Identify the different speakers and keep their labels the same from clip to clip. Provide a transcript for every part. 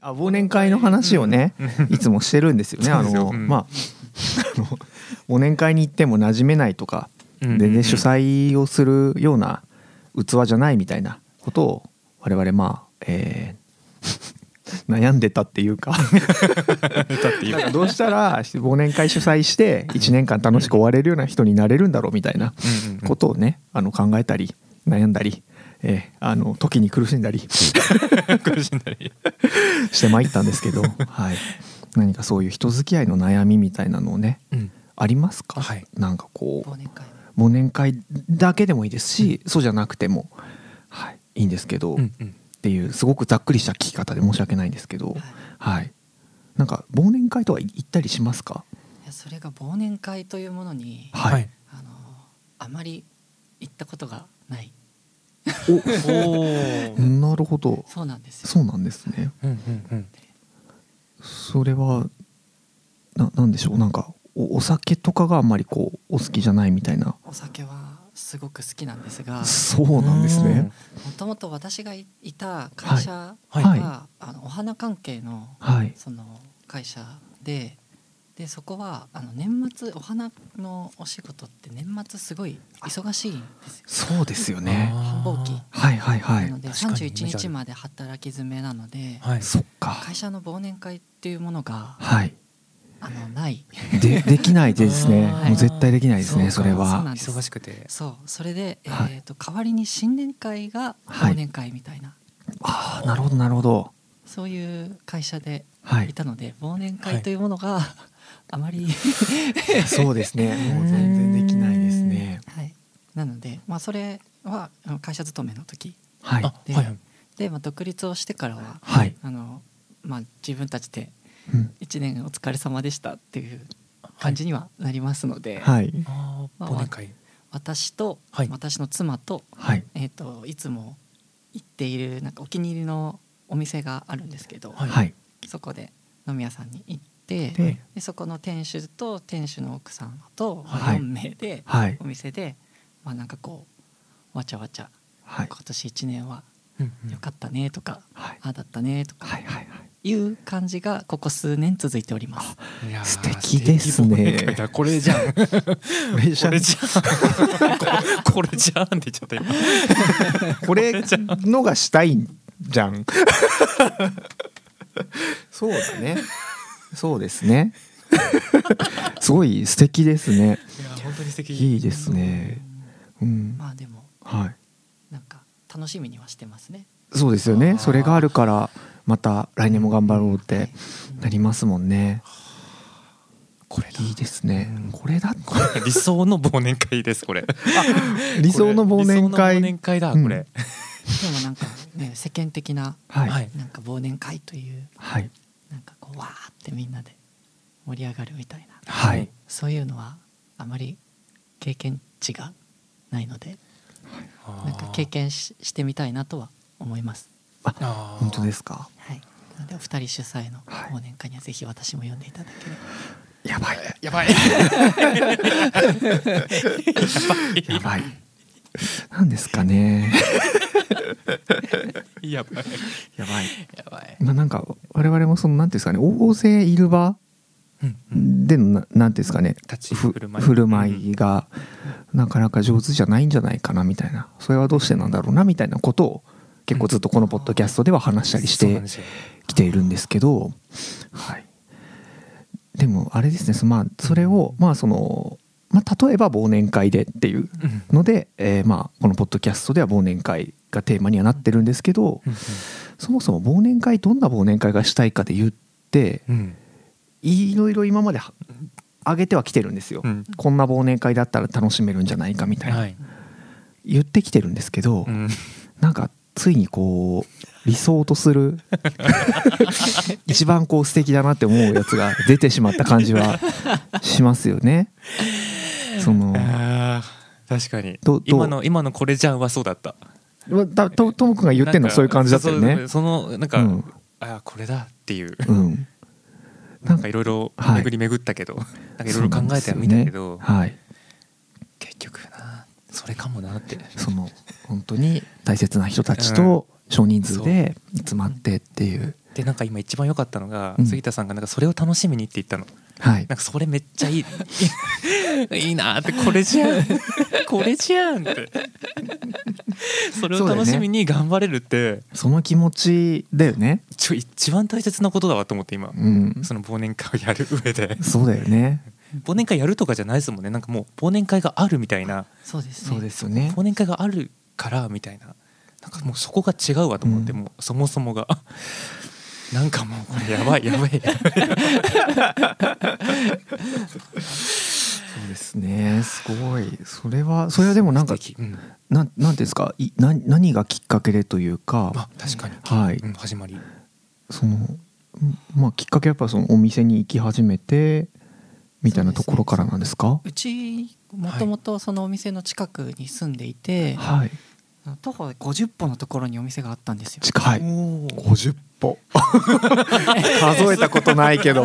Speaker 1: あ忘年会の話をね、いつもしてるんですよね。あ
Speaker 2: そうですよ
Speaker 1: の、
Speaker 2: うん
Speaker 1: まあ、 あの忘年会に行っても馴染めないとか、
Speaker 2: うんうんうん
Speaker 1: 全然主催をするような器じゃないみたいなことを我々まあ、えー 悩んでたっていうか
Speaker 2: 歌っていう
Speaker 1: なんかどうしたら忘年会主催して1年間楽しく終われるような人になれるんだろうみたいな
Speaker 2: うんうんうん
Speaker 1: ことをねあの考えたり悩んだり、えーあの時に苦しんだり
Speaker 2: 苦しんだり
Speaker 1: して参ったんですけど、はい、何かそういう人付き合いの悩みみたいなのをねありますか、
Speaker 2: はい
Speaker 1: なんかこ
Speaker 3: 忘年会
Speaker 1: う忘年会だけでもいいですし、そうじゃなくても、はい、いいんですけど、
Speaker 2: う
Speaker 1: っ
Speaker 2: んうん
Speaker 1: ていうすごくざっくりした聞き方で申し訳ないんですけど、
Speaker 3: はい
Speaker 1: はい、なんか忘年会とは行ったりしますか、
Speaker 3: いやそれが忘年会というものに
Speaker 2: はい
Speaker 3: あのあまり行ったことがない
Speaker 1: お
Speaker 2: お
Speaker 1: なるほど
Speaker 3: そうなんですよ
Speaker 1: そうなんですね
Speaker 2: うんうんうん
Speaker 1: それはななんでしょうなんかおお酒とかがあんまりこうお好きじゃないみたいな
Speaker 3: お酒はすごく好きなんです が
Speaker 1: そうなんですね
Speaker 3: もともと私がいいた会社が、
Speaker 2: はい
Speaker 1: はい
Speaker 3: あのお花関係の
Speaker 1: はい
Speaker 3: その会社ででそこはあの年末お花のお仕事って年末すごい忙しいんですよ。
Speaker 1: そうですよ
Speaker 2: うん
Speaker 1: ね
Speaker 2: あー
Speaker 3: 繁忙期
Speaker 1: はいはいは
Speaker 3: ないので
Speaker 2: 確かにイメー
Speaker 3: 31
Speaker 2: ジある
Speaker 3: 日まで働き詰めなので、
Speaker 2: はい
Speaker 1: そっか
Speaker 3: 会社の忘年会っていうものが
Speaker 1: はい
Speaker 3: あのない
Speaker 1: でできないですね
Speaker 2: あー
Speaker 1: もう絶対できないですねそ
Speaker 2: そうか
Speaker 1: れ
Speaker 3: そうな
Speaker 1: は
Speaker 3: んです
Speaker 2: 忙しくて
Speaker 3: そうそれで、
Speaker 1: はい
Speaker 3: えー、と代わりに新年会が
Speaker 1: はい
Speaker 3: 忘年会みたいな、
Speaker 1: ああなるほどなるほど
Speaker 3: そういう会社で
Speaker 1: はい い
Speaker 3: たので忘年
Speaker 2: はい
Speaker 3: 会というものが あまり、
Speaker 1: そうですねもう全然できないですね
Speaker 3: はい、なので、まあ、それはあの会社勤めの時
Speaker 1: はい
Speaker 2: あ
Speaker 3: で
Speaker 2: はいはい
Speaker 3: で、まあ、独立をしてからは
Speaker 1: はい、
Speaker 3: あの、まあ、自分たちで
Speaker 1: うん
Speaker 3: 1年お疲れ様でしたっていう感じにはなりますので、
Speaker 1: はい
Speaker 2: あー忘年会
Speaker 3: 私と、
Speaker 2: はい
Speaker 3: 私の妻と,、
Speaker 1: はい
Speaker 3: えー、といつも行っているなんかお気に入りのお店があるんですけど、
Speaker 2: はい
Speaker 1: はい
Speaker 3: そこで飲み屋さんに行って
Speaker 1: で
Speaker 2: はい
Speaker 3: でそこの店主と店主の奥さんと
Speaker 1: はい
Speaker 3: 4名で
Speaker 1: はい
Speaker 3: お店で、まあなんかこうわちゃわちゃ
Speaker 1: はい
Speaker 3: 今年1年は
Speaker 2: うんうん
Speaker 3: 良かったねとか、
Speaker 1: はい
Speaker 3: ああだったねとか
Speaker 1: はいはいはい
Speaker 3: いう感じがここ数年続いております。
Speaker 2: いやー
Speaker 1: 素敵ですね
Speaker 2: 素敵忘年会だこれじ ゃんこ
Speaker 1: これじゃ
Speaker 2: れじゃんここれじゃんって言っちゃった 今
Speaker 1: これのがしたいじゃん。そうだね。そうですね。すごい素敵ですね。
Speaker 2: いや本当に素敵
Speaker 1: いいですね。うん。
Speaker 3: まあでも
Speaker 1: はい。
Speaker 3: なんか楽しみにはしてますね。
Speaker 1: そうですよ
Speaker 2: あ
Speaker 1: ね。
Speaker 2: ー
Speaker 1: それがあるからまた来年も頑張ろうってなりますもんね。
Speaker 2: これだ
Speaker 1: いいですね
Speaker 2: うん。
Speaker 1: これだ。
Speaker 2: これ理想の忘年会ですこれ
Speaker 1: 理想の忘年
Speaker 2: 理想の忘
Speaker 1: 会
Speaker 2: 年。会だ
Speaker 1: うん
Speaker 2: これ
Speaker 3: でもなんか ね世間的な
Speaker 1: は。
Speaker 2: はいい
Speaker 3: なんか忘年会という
Speaker 1: はい。
Speaker 3: なんかこうわーってみんなで盛り上がるみたいな
Speaker 1: はい。
Speaker 3: そういうのはあまり経験値がないのでなんか経験ししてみたいなとは思います。
Speaker 1: 本当ですすか。
Speaker 3: はい。なのでお二人主催の
Speaker 1: はい
Speaker 3: 忘年会にはぜひ私も呼んでいただければ。
Speaker 1: やばい。
Speaker 2: やばい
Speaker 1: やばい。なんですかね。
Speaker 2: やば
Speaker 1: やば
Speaker 2: い
Speaker 1: い。
Speaker 2: やばい
Speaker 1: まあ、なんか我々もそのなんていうんですかね大勢いる場
Speaker 2: うんうん
Speaker 1: でのななんていうんですかね
Speaker 2: 立ち
Speaker 1: ふ
Speaker 2: 振る舞い
Speaker 1: 振る舞いがなかなか上手じゃないんじゃないかなみたいなそれはどうしてなんだろうなみたいなことを結構ずっとこのポッドキャストでは話したりし
Speaker 2: そうな
Speaker 1: て
Speaker 2: んですよ
Speaker 1: きているんですけど、はい、でもあれですねそ,、まあ、それをまあその、まあ、例えば忘年会でっていう
Speaker 2: うん
Speaker 1: ので、えーまあこのポッドキャストでは忘年会がテーマにはなってるんですけど、そもそも忘年会どんな忘年会がしたいかで言って
Speaker 2: うん
Speaker 1: いろいろ今までは上げてはきてるんですよ、
Speaker 2: うん
Speaker 1: こんな忘年会だったら楽しめるんじゃないかみたいな、
Speaker 2: はい
Speaker 1: 言ってきてるんですけど、
Speaker 2: うん
Speaker 1: なんかついにこう理想とす る一番こう素敵だなって思うやつが出てしまった感じはしますよね。 その
Speaker 2: あー確かに
Speaker 1: どどう
Speaker 2: 今の今のこれじゃんはそうだった
Speaker 1: だとともくんが言ってんの
Speaker 2: なん
Speaker 1: は
Speaker 2: か
Speaker 1: そういう感じだったよ
Speaker 2: そ
Speaker 1: ね
Speaker 2: う。そのなんか、
Speaker 1: うん
Speaker 2: あこれだっていう
Speaker 1: うん、
Speaker 2: なんかいろいろ
Speaker 1: はい
Speaker 2: 巡り巡ったけど、なんかいろいろ考えてはみ
Speaker 1: そう
Speaker 2: たけど、
Speaker 1: なんですよねはい、
Speaker 2: 結局なそれかもなって
Speaker 1: その本当に大切な人たちと少人数で集まってっていう
Speaker 2: でなんか今一番良かったのが、
Speaker 1: うん
Speaker 2: 杉田さんがなんかそれを楽しみにって言ったの
Speaker 1: はい
Speaker 2: なんかそれめっち ゃいいいいなーってこれじゃんこれじゃん ってそれを楽しみに頑張れるって、
Speaker 1: その気持ちだよね
Speaker 2: ちょ一番大切なことだわと思って今
Speaker 1: うん
Speaker 2: その忘年会をやる上で
Speaker 1: そうだよね
Speaker 2: 忘年会やるとかじゃないですもんねなんかもう忘年会があるみたいな
Speaker 3: そうですね
Speaker 1: そうですよね
Speaker 2: 忘年会があるからみたいななんかもうそこが違うわと思って、
Speaker 1: うん
Speaker 2: もうそもそもが なんかもうこれや ばいやばい
Speaker 1: そうですねすごいそれはそれはでもなんか
Speaker 2: 素敵うん
Speaker 1: なんなんていうんですかいな何がきっかけでというか
Speaker 2: あ確かに、
Speaker 1: はい
Speaker 2: うん始まり
Speaker 1: そのうんまあきっかけはやっぱそのお店に行き始めてみたいなところからなんですか
Speaker 3: うちもともとそのお店の近くに住んでいて、
Speaker 1: はい
Speaker 3: 徒歩50歩のところにお店があったんですよ。
Speaker 1: 近い
Speaker 2: おー
Speaker 1: 50歩 数えたことないけど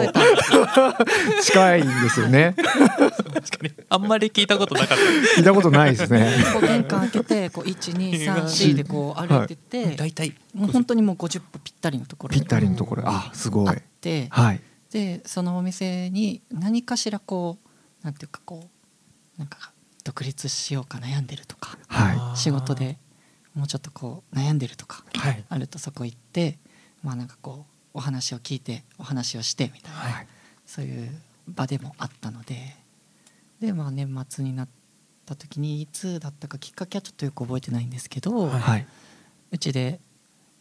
Speaker 1: 近いんですよね
Speaker 2: 確かにあんまり聞いたことなかっ
Speaker 1: 聞いたことないですね
Speaker 3: こう玄関開けてこう1234でこう歩いてって、
Speaker 2: た大体
Speaker 3: もう本当にもう50歩ぴったりのところ
Speaker 1: ぴ
Speaker 3: に
Speaker 1: ったりのところあすご
Speaker 3: あ
Speaker 1: い
Speaker 3: って
Speaker 1: はい
Speaker 3: でそのお店に何かしらこうなんていうかこうなんか独立しようか悩んでるとか
Speaker 1: は
Speaker 3: 仕事でもうちょっとこう悩んでるとか
Speaker 2: はい
Speaker 3: あるとそこ行ってまあなんかこうお話を聞いてお話をしてみたいな、
Speaker 2: はい
Speaker 3: そういう場でもあったのででまあ年末になった時にいつだったかきっかけはちょっとよく覚えてないんですけど、
Speaker 1: い
Speaker 2: は
Speaker 1: はい、
Speaker 3: うちで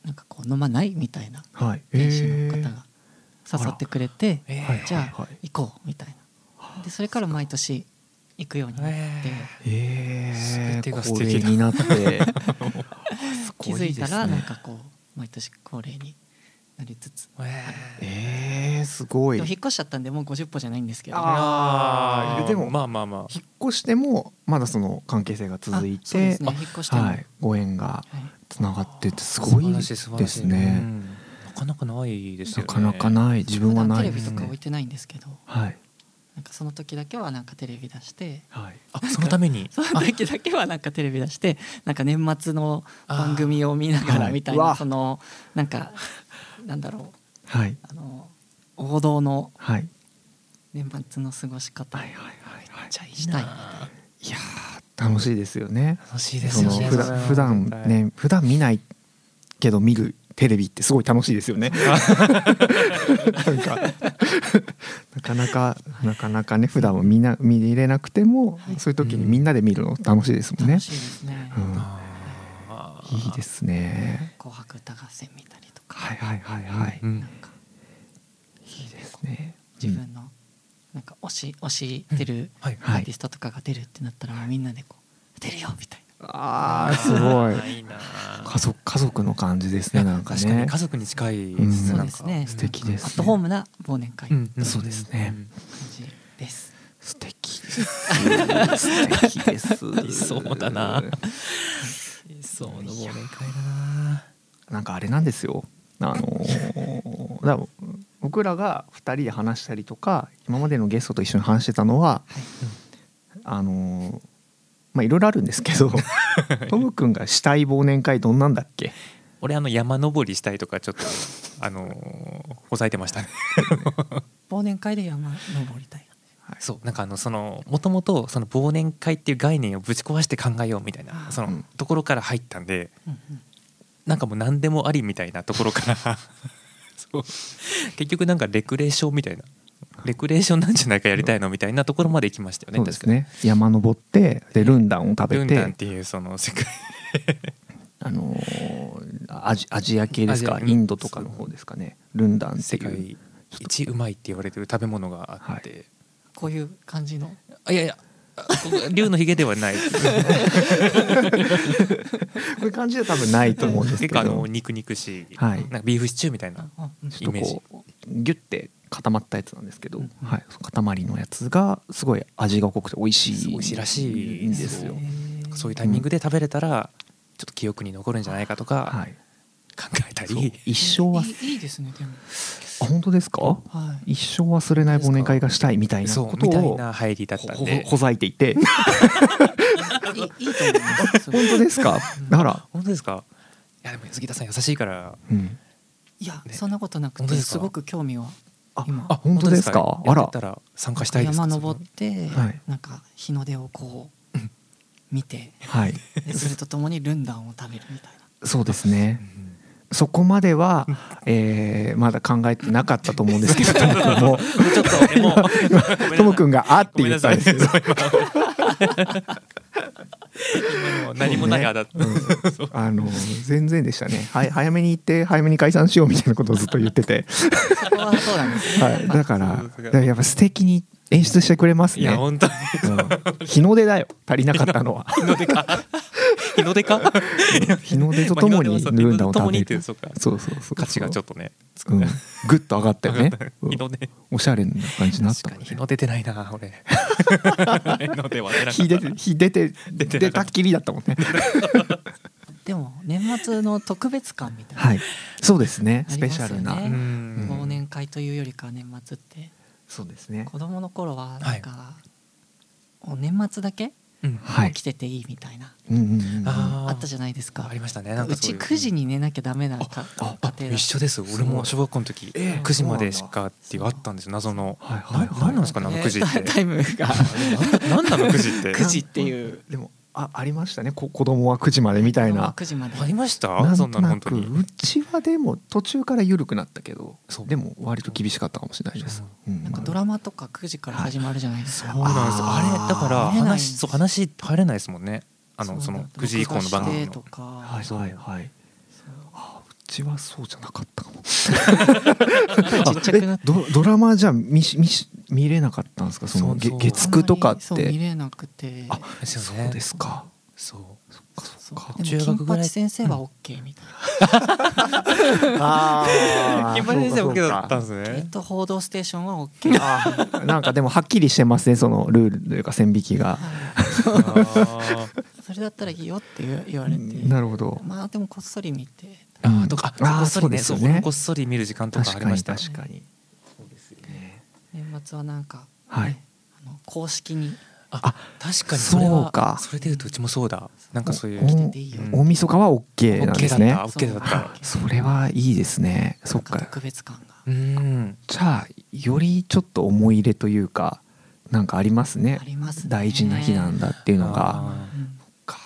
Speaker 3: なんかこう飲まないみたいな
Speaker 1: はい、
Speaker 3: 店主の方
Speaker 1: え
Speaker 3: が誘ってくれて、
Speaker 2: えー
Speaker 1: はい
Speaker 3: じゃ
Speaker 1: は
Speaker 3: あ
Speaker 1: いは
Speaker 3: 行こうみたいなでそれから毎年行くようになって、
Speaker 1: ーえ
Speaker 2: 全て
Speaker 1: ー、
Speaker 2: が 素
Speaker 1: これ
Speaker 2: 敵だ
Speaker 1: になって
Speaker 3: 気づいたらなんかこう毎年恒例になりつつ、
Speaker 2: えー
Speaker 1: えー、すごい
Speaker 3: でも引っ越しちゃったんでもう50歩じゃないんですけど、
Speaker 1: ああー
Speaker 2: ー
Speaker 1: でも
Speaker 2: まあまあまあ
Speaker 1: 引っ越してもまだその関係性が続い
Speaker 3: あそうで
Speaker 1: て、
Speaker 3: すね引っ越しても、
Speaker 1: は
Speaker 3: はい
Speaker 1: い、ご縁がつながっててすごいです
Speaker 2: 素晴らしい素晴らしい
Speaker 1: ね
Speaker 2: う。んなかなかないですよ
Speaker 1: なか
Speaker 2: ね
Speaker 1: なかない自分は
Speaker 3: 普段
Speaker 1: な
Speaker 3: テ
Speaker 1: い
Speaker 3: レ
Speaker 1: で
Speaker 3: ビ
Speaker 1: す
Speaker 3: とか置い
Speaker 1: ね。
Speaker 3: てないんですけど
Speaker 1: はい
Speaker 3: なんかその時だけはなんかテレビ出して
Speaker 1: はい
Speaker 2: あそのために
Speaker 3: その時だけはなんかテレビ出してなんか年末の番組を見なが
Speaker 1: あ
Speaker 3: ら
Speaker 1: ー
Speaker 3: みた
Speaker 1: は
Speaker 3: い
Speaker 1: いう
Speaker 3: な
Speaker 1: わ
Speaker 3: そのなんかなんだろう
Speaker 1: はい
Speaker 3: あの王道の
Speaker 1: はい
Speaker 3: 年末の過ごし方を
Speaker 1: はいはい
Speaker 3: じゃあしたいみたいな。
Speaker 1: いやー楽しいですよね。
Speaker 2: 楽しいです
Speaker 1: そ
Speaker 2: よ
Speaker 1: の
Speaker 2: ね
Speaker 1: 普段普段ね普段見ないけど見るテレビってすごい楽しいですよね。なんかなかなかなかなかね普段はみんな見れなくても
Speaker 3: はい
Speaker 1: そういう時にみんなで見るの楽しいですもんね
Speaker 3: 楽。しいですね。
Speaker 1: うん
Speaker 2: あー
Speaker 1: いいですね。
Speaker 3: 紅白歌合戦見たりとか、
Speaker 1: はいはいはいはい。
Speaker 2: うん
Speaker 3: なんかいいです
Speaker 1: ね
Speaker 3: 自分のなんか推し推してる
Speaker 2: はい
Speaker 3: アーティストとかが出るってなったらもうみんなでこう出るよみたい
Speaker 1: ああすごい。
Speaker 2: いな
Speaker 1: 家族家族の感じですねなんか
Speaker 2: 確かに
Speaker 1: ね
Speaker 2: 家。族に近い
Speaker 1: うん
Speaker 3: な、
Speaker 1: そ
Speaker 3: そうう
Speaker 2: なん
Speaker 3: で
Speaker 2: か
Speaker 3: すね。
Speaker 1: 素敵ですね
Speaker 3: アットホームな忘年会
Speaker 2: う
Speaker 3: 感
Speaker 2: んん
Speaker 1: そうですね
Speaker 2: ん
Speaker 3: じです。
Speaker 1: 素敵です。素敵です。
Speaker 2: 理想だな理想の忘年会だな
Speaker 1: なんかあれなんですよ。あのー だから僕らが二人で話したりとか今までのゲストと一緒に話してたのは、
Speaker 3: はい
Speaker 1: あのーまあいろいろあるんですけ どトム君がしたい忘年会どんなんだっけ
Speaker 2: 俺あの山登りしたいとかちょっとあのー抑えてましたね
Speaker 3: 忘年会で山登りたい。
Speaker 2: そうなんかあのそのもともとその忘年会っていう概念をぶち壊して考えようみたいな
Speaker 3: あ
Speaker 2: そうの
Speaker 1: ん
Speaker 2: ところから入ったんで
Speaker 3: うんうん
Speaker 2: なんかもう何でもありみたいなところから そう結局なんかレクレーションみたいなレクレーションなんじゃないかやりたいのみたいなところまで行きましたよね
Speaker 1: そうで
Speaker 2: 確
Speaker 1: す
Speaker 2: かに。
Speaker 1: ね山登ってでルンダンを食
Speaker 2: ル
Speaker 1: べ
Speaker 2: ンダンってていうその世界
Speaker 1: あのーアジアジア系です
Speaker 2: ア
Speaker 1: か
Speaker 2: ジア
Speaker 1: インドとかの方ですかねルンダンって
Speaker 2: 世
Speaker 1: いう
Speaker 2: 界一うまいって言われてる食べ物があって、
Speaker 3: こういう感じの
Speaker 2: あいやいやあここ竜のひげではない
Speaker 1: こういう感じで多分ないと思うんですけ
Speaker 2: 結
Speaker 1: ど
Speaker 2: 構あの肉肉しい、
Speaker 1: はい
Speaker 2: なんかビーフシチューみたいな
Speaker 3: あうん
Speaker 1: ちょっとこうギュッて固まったやつなんですけど、
Speaker 3: うんうん
Speaker 1: はい、その塊のやつがすごい味が濃くて美味しい
Speaker 2: 美味しいらしい
Speaker 1: んですよ
Speaker 2: へ。そういうタイミングで食べれたらちょっと記憶に残るんじゃないかとか
Speaker 1: はい、
Speaker 2: 考えた
Speaker 1: そう
Speaker 2: り、
Speaker 1: 一生はい
Speaker 3: いいいですねでも
Speaker 1: あ本当ですか
Speaker 3: はい
Speaker 1: 一生忘れない忘年会がしたいみたいな
Speaker 2: そう
Speaker 1: こと
Speaker 2: みたい
Speaker 1: を
Speaker 2: な入りだっ
Speaker 1: ほ
Speaker 2: たん
Speaker 1: ほ
Speaker 2: で
Speaker 1: ほざいていて
Speaker 3: いいいいと思いますそれ
Speaker 1: 本当ですかだから、
Speaker 2: 本当ですかいやでも杉田さん優しいから
Speaker 1: うん、
Speaker 3: いや
Speaker 2: ね
Speaker 3: そんなことなく
Speaker 2: 本
Speaker 3: て
Speaker 2: 当ですか
Speaker 3: すごく興味は今
Speaker 1: あ本当ですか
Speaker 2: や
Speaker 1: あら
Speaker 2: ってたら参加したいです
Speaker 3: 山登って
Speaker 1: はい
Speaker 3: なんか日の出をこう見 て
Speaker 1: はい
Speaker 3: でそれとともにルンダンを食べるみたいな
Speaker 1: そうですねそこまで は、えーまだ考えてなかったと思うんですけどともくんも
Speaker 2: それちょっとでも
Speaker 1: ともく
Speaker 2: ん
Speaker 1: んが「あ」って
Speaker 2: ごめん
Speaker 1: 言
Speaker 2: な
Speaker 1: った
Speaker 2: さ
Speaker 1: ん
Speaker 2: い
Speaker 1: ですけ
Speaker 2: ごめんな
Speaker 1: ど
Speaker 2: さいそう今今の何もないあだった、
Speaker 1: うんあの全然でしたね、はい、早めに行って早めに解散しようみたいなことをずっと言って て、
Speaker 3: そこはそうなんですね
Speaker 1: はい、だから
Speaker 2: そうそう
Speaker 1: だからやっぱ素敵に演出してくれます
Speaker 2: い
Speaker 1: ね
Speaker 2: や、本当に
Speaker 1: うん日の出だよ足りなかったのは
Speaker 2: 日の出か 日の出か
Speaker 1: 日の出とともに
Speaker 2: まあ日
Speaker 1: ル
Speaker 2: の
Speaker 1: ンダ
Speaker 2: 出
Speaker 1: ン
Speaker 2: と
Speaker 1: を
Speaker 2: と
Speaker 1: 食
Speaker 2: もに
Speaker 1: べ
Speaker 2: ってい
Speaker 1: る
Speaker 2: うそうか
Speaker 1: そうそうそう
Speaker 2: 価値がちょっとね
Speaker 1: と、うん、グッと上がったよね、うん
Speaker 2: 日の出
Speaker 1: おしゃれな感じになった
Speaker 2: 確かに日の出てないな 俺日の出は出なかった
Speaker 1: 日出て日出て
Speaker 2: 出て
Speaker 1: 出
Speaker 2: なかった
Speaker 1: たっきりだったもんね
Speaker 3: でも年末の特別感みたいな、
Speaker 1: はいそうですね
Speaker 3: あ
Speaker 1: ス
Speaker 3: り
Speaker 1: ペ
Speaker 3: ま
Speaker 1: シ
Speaker 3: す
Speaker 1: ャ
Speaker 3: よね
Speaker 1: ルな、
Speaker 2: う
Speaker 1: うん
Speaker 2: ん
Speaker 3: 忘年会というよりかは年末って
Speaker 1: そうですね
Speaker 3: 子供の頃はなんか、お年末だけ
Speaker 2: うん
Speaker 1: はい
Speaker 3: 起きてていいみたいな、
Speaker 1: うんうんうんうん
Speaker 2: あー
Speaker 3: あったじゃないですか
Speaker 2: ありましたねなん
Speaker 3: う
Speaker 2: かそう
Speaker 3: ち
Speaker 2: いう
Speaker 3: 9時に寝なきゃダメなか
Speaker 1: あ
Speaker 2: あ
Speaker 3: 家庭だ
Speaker 2: 一緒です
Speaker 1: ごい
Speaker 2: 俺も小学校の時
Speaker 1: ええ
Speaker 2: 9時までしかっていうあったんですよ謎の
Speaker 1: はい
Speaker 2: な
Speaker 1: はい
Speaker 2: なんなんですかねあの9時って
Speaker 3: ねタイム が
Speaker 2: ななんなの9時 って
Speaker 3: 9時っていう
Speaker 1: でもあありましたねこ子供は9時までみたいな
Speaker 3: 9時まで
Speaker 2: ありまし
Speaker 1: な
Speaker 2: たそ
Speaker 1: ん
Speaker 2: ん
Speaker 1: と
Speaker 2: なの
Speaker 1: な
Speaker 2: 本当
Speaker 1: く
Speaker 2: に
Speaker 1: うちはでも途中から緩くなったけど
Speaker 2: そう
Speaker 1: でも割と厳しかったかもしれないです
Speaker 2: そう、
Speaker 1: うん
Speaker 3: なんかドラマとか9時から始まるじゃないですか、
Speaker 2: そうなんですよ
Speaker 1: あー
Speaker 2: あれだから
Speaker 3: 入れないんで
Speaker 2: 話
Speaker 3: す
Speaker 2: そう話入れないですもんねあのその9時以降の番組
Speaker 3: 録画してと
Speaker 2: の
Speaker 3: か、
Speaker 1: はいはいはい あうちはそうじゃなかったかも
Speaker 3: ちっちゃくなっ
Speaker 1: あえドドラマじゃ見し見し見れなかったんですかその
Speaker 2: そうそう
Speaker 1: げ月9とかっ
Speaker 3: そう見
Speaker 1: て
Speaker 3: れなくて
Speaker 1: あ
Speaker 2: です
Speaker 1: そ
Speaker 2: よね
Speaker 1: うですか
Speaker 2: そう
Speaker 1: そっかそ
Speaker 3: そ
Speaker 1: っか
Speaker 3: うで
Speaker 2: 中
Speaker 3: も
Speaker 2: 学
Speaker 3: 金
Speaker 2: ぐらい
Speaker 3: 八先生は OK みたいな、
Speaker 1: あー
Speaker 2: 金八先生
Speaker 1: そう
Speaker 2: も
Speaker 1: かそうか
Speaker 2: だったんです
Speaker 3: えっ
Speaker 2: ね
Speaker 3: と「報道ステーション」は OK
Speaker 1: あーなんかでもはっきりしてますねそのルールというか線引きが
Speaker 2: あー
Speaker 3: それだったらいいよって言う言われて
Speaker 1: なるほど
Speaker 3: まあでもこっそり見て
Speaker 2: あーとか
Speaker 1: うんあー
Speaker 2: こっそりね
Speaker 1: そ
Speaker 2: そう
Speaker 1: ですよ
Speaker 2: う
Speaker 1: ね
Speaker 2: 俺もこっそり見る時間とかあ
Speaker 1: 確
Speaker 2: り
Speaker 1: か
Speaker 2: ま
Speaker 1: に
Speaker 2: した
Speaker 1: 確かにそうですよね
Speaker 3: 年末はなんか、
Speaker 1: はい
Speaker 3: ねあの公式に
Speaker 2: あ確かにそれは
Speaker 1: そうか
Speaker 2: それでいうとうちもそうだなんかそうい
Speaker 1: お
Speaker 2: う
Speaker 3: てていいよ
Speaker 1: 大晦日は OK なんですね
Speaker 2: あ OK だった
Speaker 1: それはいいですねそ
Speaker 3: な
Speaker 1: っ
Speaker 3: んか
Speaker 1: か
Speaker 3: 特別感が
Speaker 2: うん
Speaker 1: じゃあよりちょっと思い入れというかなんかありますね
Speaker 3: ありますね
Speaker 1: 大事な日なんだっていうのが
Speaker 2: あ
Speaker 3: うん
Speaker 1: か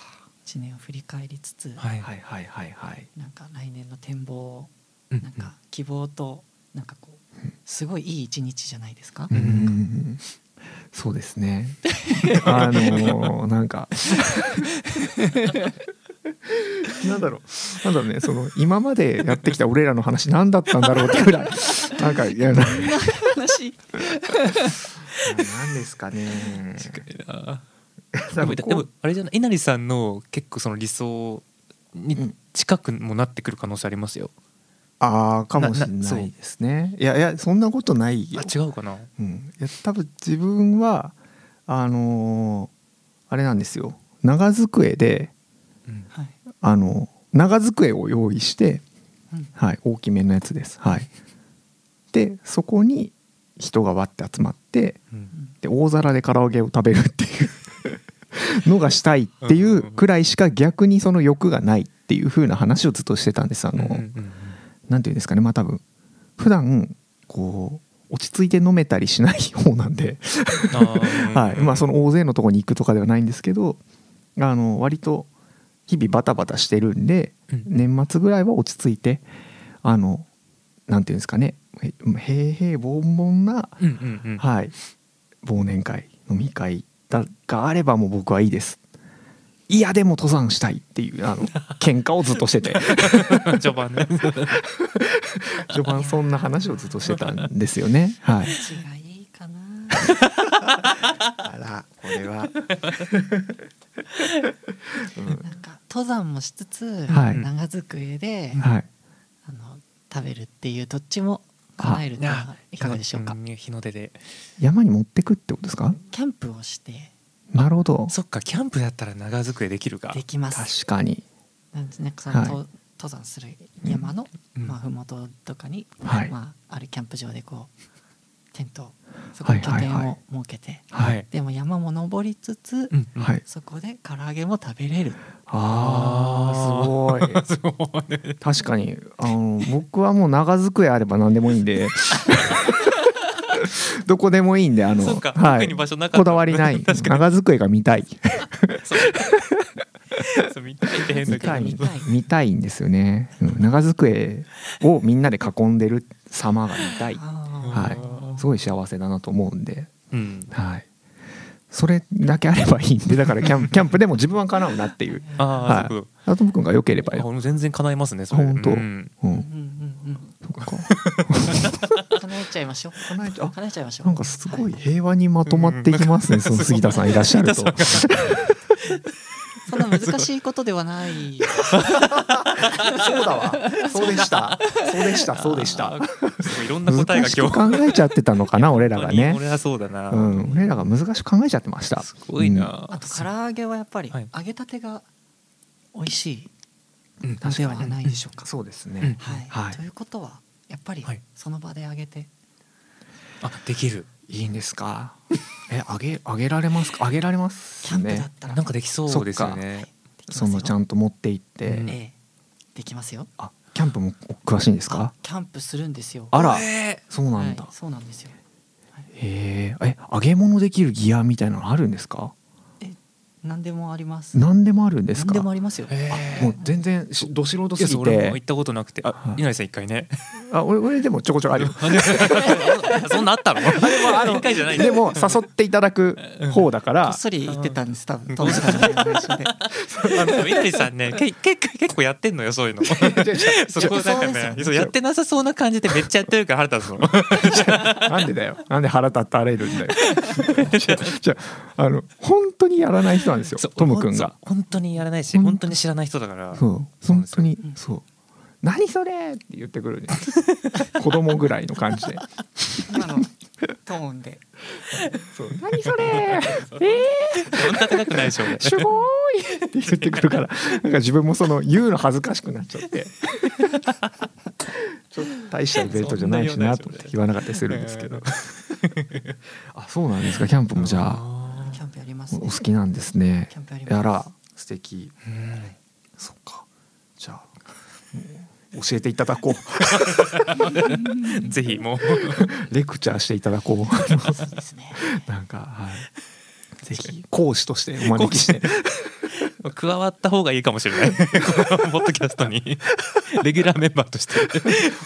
Speaker 3: 一年を振り返りつつ、
Speaker 2: ーはい
Speaker 1: はいはいはいはい
Speaker 3: なんか来年の展望を
Speaker 2: うん
Speaker 3: なんか希望となんかこうすごいいい一日じゃないですか、
Speaker 1: う
Speaker 2: うん
Speaker 1: んそうです ねあのーなんかなんだろうなんだろうねその今までやってきた俺らの話何だったんだろうってぐらいなんかいやな
Speaker 3: 話
Speaker 1: 何ですかね
Speaker 2: でもでもあれじゃない稲荷さんの結構その理想に近くもなってくる可能性ありますよ、
Speaker 1: ああかもしれ
Speaker 2: なな
Speaker 1: な
Speaker 2: そう
Speaker 1: いですねいやいやそんなことないよ
Speaker 2: あ違うかな
Speaker 1: うん、いや多分自分はあのーあれなんですよ長机で
Speaker 2: うん
Speaker 3: はい、
Speaker 1: あの長机を用意して、
Speaker 3: うん
Speaker 1: はい、大きめのやつですはいでそこに人がわって集まって
Speaker 2: うん
Speaker 1: で大皿で唐揚げを食べるっていう のがしたいっていうくらいしか逆にその欲がないっていう風な話をずっとしてたんですあの、
Speaker 2: うんうん
Speaker 1: なんていうんですかねまあ多分普段こう落ち着いて飲めたりしない方なんで、 はいまあ、そ
Speaker 2: の
Speaker 1: の大勢のとこに行くとかではないんですけどあの割と日々バタバタしてるんで
Speaker 2: うん
Speaker 1: 年末ぐらいは落ち着いてあのなんていうんですかねへ平平凡々な、
Speaker 2: うんうんうん
Speaker 1: はい、忘年会飲み会だがあればもう僕はいいです。いやでも登山したいっていう あの喧嘩をずっとしてて
Speaker 2: 序盤ね
Speaker 1: 序盤そんな話をずっとしてたんですよね。はい、
Speaker 3: 違がいいか な
Speaker 1: あらこれは、
Speaker 3: なんか登山もしつつ、
Speaker 1: はい
Speaker 3: 長机で、
Speaker 1: はい、
Speaker 3: あの食べるっていうどっちも叶えるとはいかがでしょうか
Speaker 2: ん日の出で
Speaker 1: 山に持ってくってことですか
Speaker 3: キャンプをして
Speaker 1: なるほど
Speaker 2: そっかキャンプだったら長机できるか
Speaker 3: できます
Speaker 1: 確かに
Speaker 3: なんですねそ
Speaker 1: は
Speaker 3: の
Speaker 1: い
Speaker 3: と登山する山の、
Speaker 2: うん
Speaker 3: まあ、麓とかに、
Speaker 1: はい
Speaker 3: まあ、あるキャンプ場でこうテントをそこに拠
Speaker 1: はいはい
Speaker 3: 点
Speaker 1: はい
Speaker 3: を設けて、
Speaker 2: はい
Speaker 3: でも山も登りつつ、
Speaker 2: うん
Speaker 1: はい
Speaker 3: そこで唐揚げも食べれる
Speaker 1: あー すごい
Speaker 2: す ごいね
Speaker 1: 確かにあの僕はもう長机あれば何でもいいん でどこでもいいんであの、
Speaker 2: そうか
Speaker 1: は
Speaker 2: 特
Speaker 1: い
Speaker 2: に場所なかった
Speaker 1: こだわ りない
Speaker 2: 確かに
Speaker 1: 長机が見たい
Speaker 2: そうそう見たいって変だ
Speaker 1: 見
Speaker 2: けど
Speaker 1: たい
Speaker 3: 見たい
Speaker 1: 見たいんですよね、うん長机をみんなで囲んでる様が見たい
Speaker 3: あ
Speaker 1: はいすごい幸せだなと思うんで
Speaker 2: うん
Speaker 1: はいそれだけあればいいんでだからキャンプキャンプでも自分は叶うなっていう
Speaker 2: ああ、
Speaker 1: はい
Speaker 2: そういうこ
Speaker 1: アトム君が良ければ
Speaker 2: とあ
Speaker 1: よ、
Speaker 2: 俺も全然叶いますねそれ
Speaker 1: 本当
Speaker 2: うん
Speaker 1: う
Speaker 3: ー
Speaker 1: ん、
Speaker 3: うんうん
Speaker 1: そっか
Speaker 3: うん 叶えちゃい ましょう
Speaker 1: 叶えちゃあ
Speaker 3: 叶えちゃいましょう
Speaker 1: なんかすごい平和にまとまっていきますね、その杉田さんいらっし ゃると。
Speaker 3: そんな難しいことではない
Speaker 1: そうだわ。そうでした。そうでした。そうでし
Speaker 2: あ
Speaker 1: た。
Speaker 2: ーすごいいろんな答え
Speaker 1: 難
Speaker 2: が
Speaker 1: し
Speaker 2: 今
Speaker 1: く
Speaker 2: 日
Speaker 1: 考えちゃってたのか な、俺らが
Speaker 2: 本当に
Speaker 1: ね。
Speaker 2: 俺はそうだな、
Speaker 1: うん、俺らが難しく考えちゃってました。
Speaker 2: すごいな、
Speaker 3: あと唐揚げはやっぱり
Speaker 2: はい
Speaker 3: 揚げたてが美味しい
Speaker 2: うん
Speaker 3: のではないでしょうか
Speaker 1: うん。そうです
Speaker 2: うん
Speaker 1: ね。
Speaker 3: はい、
Speaker 1: はい
Speaker 3: ということはやっぱり
Speaker 2: はい
Speaker 3: その場で揚げて、
Speaker 2: あできる
Speaker 1: いいんですか。え、あげ、あげられますか。あげられます。
Speaker 3: キャンプだっ
Speaker 1: ね。
Speaker 3: たら
Speaker 2: なんかできそうですよね
Speaker 1: そのちゃ
Speaker 3: ん
Speaker 1: んと持って行っ
Speaker 2: うん
Speaker 1: て。
Speaker 3: ええできますよ
Speaker 1: あ、キャンプも詳しいんです
Speaker 3: あ
Speaker 1: か。
Speaker 3: キャンプするんですよ
Speaker 1: あら、
Speaker 2: え
Speaker 1: そうなんだ
Speaker 3: はい、。そうなんですよ
Speaker 1: へえ、え、揚げ物できるギアみたいなのあるんですか。
Speaker 3: 何でもあります
Speaker 1: 何でもあるんです
Speaker 3: 何
Speaker 1: か。
Speaker 3: でもありますよ
Speaker 2: ー、えー
Speaker 1: もう全然しど素人
Speaker 2: いや
Speaker 1: す
Speaker 2: そう
Speaker 1: ぎ
Speaker 2: 俺も行
Speaker 1: て
Speaker 2: ったことなくてあ
Speaker 1: はい
Speaker 2: 稲荷さん一回 ね
Speaker 1: あ俺俺でもちょこちょこあるよ
Speaker 2: そんなあったの
Speaker 1: あの
Speaker 2: 一回じゃないの
Speaker 1: でも誘っていただく方だか
Speaker 3: こ
Speaker 1: ら
Speaker 3: っそり言ってたんです多分
Speaker 2: こ
Speaker 3: 当
Speaker 2: っ
Speaker 3: 時からの内緒で
Speaker 2: あの稲荷さんねけけ結構やってんのよそういう の そこなんかね
Speaker 3: ちょ
Speaker 2: そうやってなさそうな感じでめっちゃやってるから腹立つの
Speaker 1: なんでだよなんで腹立たれるんだよじゃああの本当にやらない人なんですよ
Speaker 2: そう
Speaker 1: トム君
Speaker 2: そう
Speaker 1: が
Speaker 2: 本当にやらないし
Speaker 1: ほん
Speaker 2: 本当に知らない人だから
Speaker 1: そう
Speaker 2: そうな
Speaker 1: 本
Speaker 2: んですよ
Speaker 1: 当に
Speaker 3: うん
Speaker 1: そう「何それ!」って言ってくるね子供ぐらいの感じで
Speaker 3: 今のトーンで
Speaker 1: 「そう何それえ
Speaker 2: そんな高くないでしょ 俺
Speaker 1: ー、すごーい!」って言ってくるからなんか自分もその言うの恥ずかしくなっちゃって ちょっと大したイベントじゃないしなと思って言わなかったりするんですけどあそうなんですかキャンプもじゃあ。
Speaker 3: キャンプやります
Speaker 1: お
Speaker 3: ね
Speaker 1: 好きなんですね
Speaker 3: キャンプやります
Speaker 1: やら素敵
Speaker 2: うん
Speaker 1: そっかじゃあもう教えていただこ う
Speaker 2: ぜひもう
Speaker 1: レクチャーしていただこ
Speaker 3: そうですね
Speaker 1: うなんかはいぜひ講師としてお招きして
Speaker 2: 加わった方がいいかもしれない このポッドキャストに レギュラーメンバーとして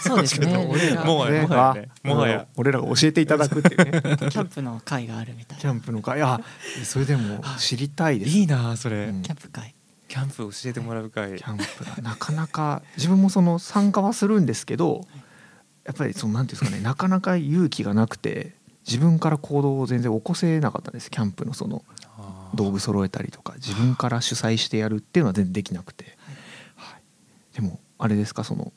Speaker 3: そうで すね
Speaker 2: もう
Speaker 3: 俺ら
Speaker 2: もはやもはやね
Speaker 1: あ
Speaker 2: もはや
Speaker 1: 俺らが教えていただくっていうね
Speaker 3: キャンプの会があるみたい
Speaker 1: キ
Speaker 3: な
Speaker 1: ャンプの会あそれでも知りたいです
Speaker 2: いいなあそれ、
Speaker 1: うん
Speaker 3: キャンプ会
Speaker 2: キャンプ教えてもらう会
Speaker 1: キャンプがなかなか自分もその参加はするんですけどやっぱりそのなんていうんですかねなかなか勇気がなくて自分から行動を全然起こせなかったんですキャンプのその
Speaker 2: あー
Speaker 1: 道具揃えたりとか自分から主催してやるっていうのは全然できなくて、はいでもあれですかその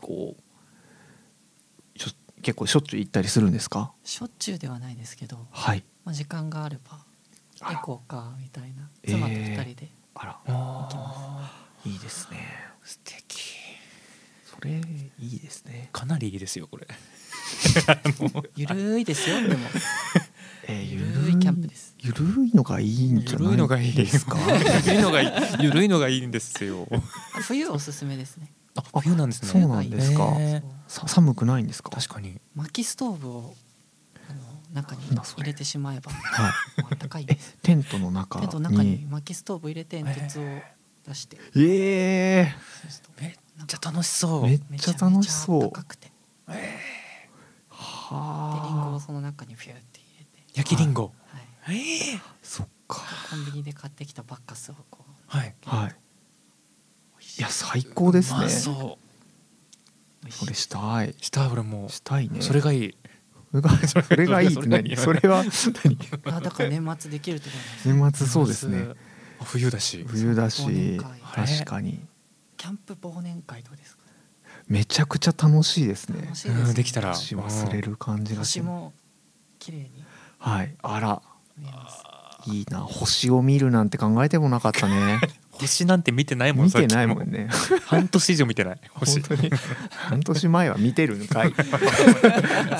Speaker 1: こうしょ結構しょっちゅう行ったりするんですか
Speaker 3: しょっちゅうではないですけど、
Speaker 1: はい
Speaker 3: まあ、時間があれば
Speaker 1: あ
Speaker 3: エ
Speaker 1: ら
Speaker 3: コーかみたいな
Speaker 1: えー
Speaker 3: 妻と二人で、
Speaker 1: あら
Speaker 2: あ
Speaker 1: いいですね
Speaker 2: ー素敵
Speaker 1: それいいですね
Speaker 2: かなりいいですよこれ
Speaker 3: ゆるいですよでも
Speaker 1: えー
Speaker 3: ゆるいキャンプです
Speaker 1: ゆるいのがいいんじゃ
Speaker 2: ゆるいの
Speaker 1: な
Speaker 2: がい
Speaker 1: い
Speaker 2: い
Speaker 1: ですか
Speaker 2: ゆるいのがいいゆるいのがいいんですよ
Speaker 3: 冬おすすめですね
Speaker 2: あ冬なんです ね
Speaker 1: そうなんですか
Speaker 2: へー
Speaker 1: さ寒くないんですか
Speaker 2: 確かに
Speaker 3: 薪ストーブをあの中に
Speaker 1: なんだそ
Speaker 3: 入
Speaker 1: れ
Speaker 3: れてしまえば
Speaker 1: はい
Speaker 3: もうあったかいで
Speaker 1: え
Speaker 3: す
Speaker 1: テントの中
Speaker 3: テ
Speaker 1: に
Speaker 3: ントの中に薪ストーブ入れて鉄を出して
Speaker 1: ええ
Speaker 3: そうすると
Speaker 2: めっちゃ楽しそう
Speaker 1: めっちゃ楽しそう
Speaker 3: めちゃめちゃ暖かくてでリンゴを
Speaker 1: はあ
Speaker 3: その中にフューって入れて、
Speaker 2: 焼きりんご
Speaker 3: はい、
Speaker 2: えー
Speaker 1: そっか
Speaker 3: コンビニで買ってきたバッカスをこう
Speaker 2: はい
Speaker 1: はい
Speaker 3: 美味し
Speaker 1: いや最高です
Speaker 2: うま
Speaker 1: ねそ
Speaker 2: そ
Speaker 3: 美味しい
Speaker 1: れしたいう
Speaker 2: した俺も
Speaker 1: したいね
Speaker 2: それがいい
Speaker 1: それがそれがいいって何
Speaker 2: そ
Speaker 1: そ
Speaker 2: れ
Speaker 1: れは何
Speaker 3: あだから年末できると思います
Speaker 1: 年末そうですね
Speaker 2: あ冬だし
Speaker 1: 冬だ
Speaker 3: 忘年
Speaker 1: し
Speaker 3: 会
Speaker 1: 確かに
Speaker 3: キャンプ忘年会どうですか
Speaker 1: めちゃくちゃ楽しいですね
Speaker 3: 楽しいです、ね
Speaker 2: うんできたら
Speaker 1: 私忘れる感じがし
Speaker 3: 星
Speaker 1: ま
Speaker 3: も綺麗に
Speaker 1: すはいあら
Speaker 3: 見えます
Speaker 1: いいな星を見るなんて考えてもなかったね
Speaker 2: 星なんて見てないもん
Speaker 1: 見てないも
Speaker 2: さっ
Speaker 1: んね
Speaker 2: きも 半年以上見てない星
Speaker 1: 本当に半年前は見てるんかい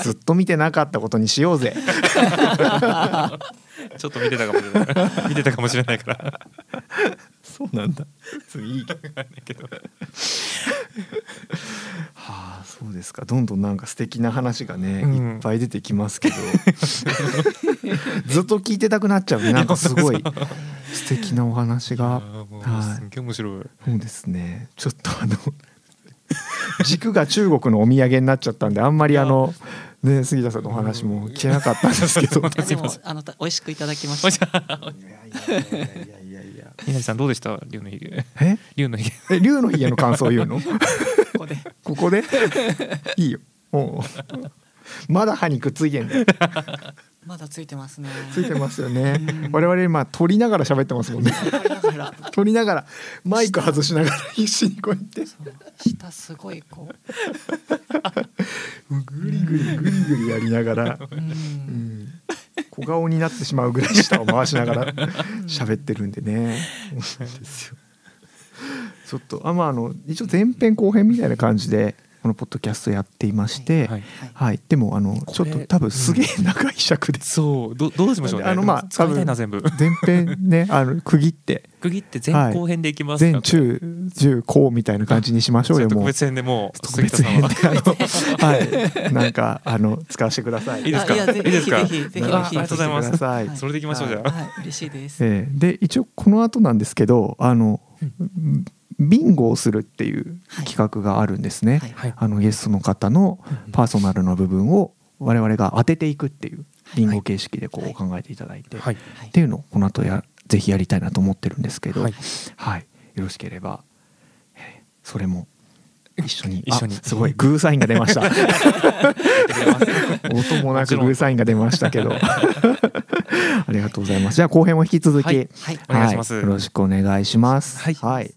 Speaker 1: ずっと見てなかったことにしようぜ
Speaker 2: ちょっと見てたかもしれない見てたかもしれないから
Speaker 1: そうなんだ別にいいけどはあそうですかどんどんなんか素敵な話がね、
Speaker 2: うん
Speaker 1: いっぱい出てきますけど ずっと聞いてたくなっちゃうねなんかすごい素敵なお話
Speaker 2: あ
Speaker 1: が
Speaker 2: ーもう
Speaker 1: はい
Speaker 2: すっげえ面白い
Speaker 1: そうですねちょっとあの軸が中国のお土産になっちゃったんであんまりあのね杉田さんのお話も聞けなかったんですけど
Speaker 2: いや
Speaker 3: で
Speaker 2: すいま
Speaker 3: も
Speaker 2: せ
Speaker 3: あのた美味しくいただきま
Speaker 2: お
Speaker 3: し
Speaker 2: じ
Speaker 3: た。
Speaker 2: ゃあ
Speaker 1: いやいやいや
Speaker 2: 稲荷さんどうでした龍のひげ
Speaker 1: え
Speaker 2: 龍のひげ
Speaker 1: え竜のひげの感想言うの
Speaker 3: ここで
Speaker 1: ここでいいよおうまだ歯にくっついてんだよ
Speaker 3: まだついてますね。
Speaker 1: ついてますよね我々今撮りながら喋ってますもんね
Speaker 3: だから
Speaker 1: 撮りながらマイク外しながら必死にこうやって
Speaker 3: そう下すごいこう
Speaker 1: グリグリグリグリやりながら。
Speaker 3: う
Speaker 1: うんん小顔になってしまうぐらい舌を回しながら喋ってるんでね。そうなんですよちょっとあまああの一応前編後編みたいな感じでこのポッドキャストやっていまして、はい
Speaker 2: い
Speaker 1: でもあのちょっ
Speaker 2: これ
Speaker 1: と多分すげえ長い尺です。
Speaker 2: そうどどうしましょうね
Speaker 1: あのまあ
Speaker 2: 使いたいな
Speaker 1: 多
Speaker 2: 全部
Speaker 1: 前編ねあの区切って
Speaker 2: 区切って前後編でいきますか
Speaker 1: 前中中高みたいな感じにしましょうよ
Speaker 2: 特
Speaker 1: もう。
Speaker 2: 別編でもう
Speaker 1: 特
Speaker 2: 杉
Speaker 1: 別
Speaker 2: 田さん
Speaker 1: 編で
Speaker 2: は
Speaker 1: あのはいなんかあの使わせてください。
Speaker 2: いいですか
Speaker 3: あいやぜひ
Speaker 2: いいですか
Speaker 3: ぜひぜひぜひ
Speaker 2: あありがとうございま
Speaker 1: 使
Speaker 2: す
Speaker 1: わせてください
Speaker 3: はい
Speaker 2: それでいきましょうじゃあ
Speaker 3: はい嬉しいです。
Speaker 1: えーで一応この後なんですけどあの、ビンゴをするっていう企画があるんですね、
Speaker 3: はい
Speaker 2: はい
Speaker 1: あのゲストの方のパーソナルな部分を我々が当てていくっていうビンゴ形式でこ
Speaker 3: は
Speaker 1: う
Speaker 3: い
Speaker 1: 考えていただいて、
Speaker 2: はい
Speaker 3: は
Speaker 1: っ
Speaker 3: い
Speaker 1: ていうのをこの後やぜひやりたいなと思ってるんですけど、
Speaker 2: は
Speaker 1: はいいよろしければ、えーそれも一緒に
Speaker 2: 一緒に
Speaker 1: あすごいグーサインが出ました音もなくグーサインが出ましたけ どありがとうございますじゃあ後編も引き続き、
Speaker 2: はい
Speaker 3: はい。
Speaker 2: お願いします
Speaker 1: よろしくお願いします。
Speaker 2: はい
Speaker 1: はい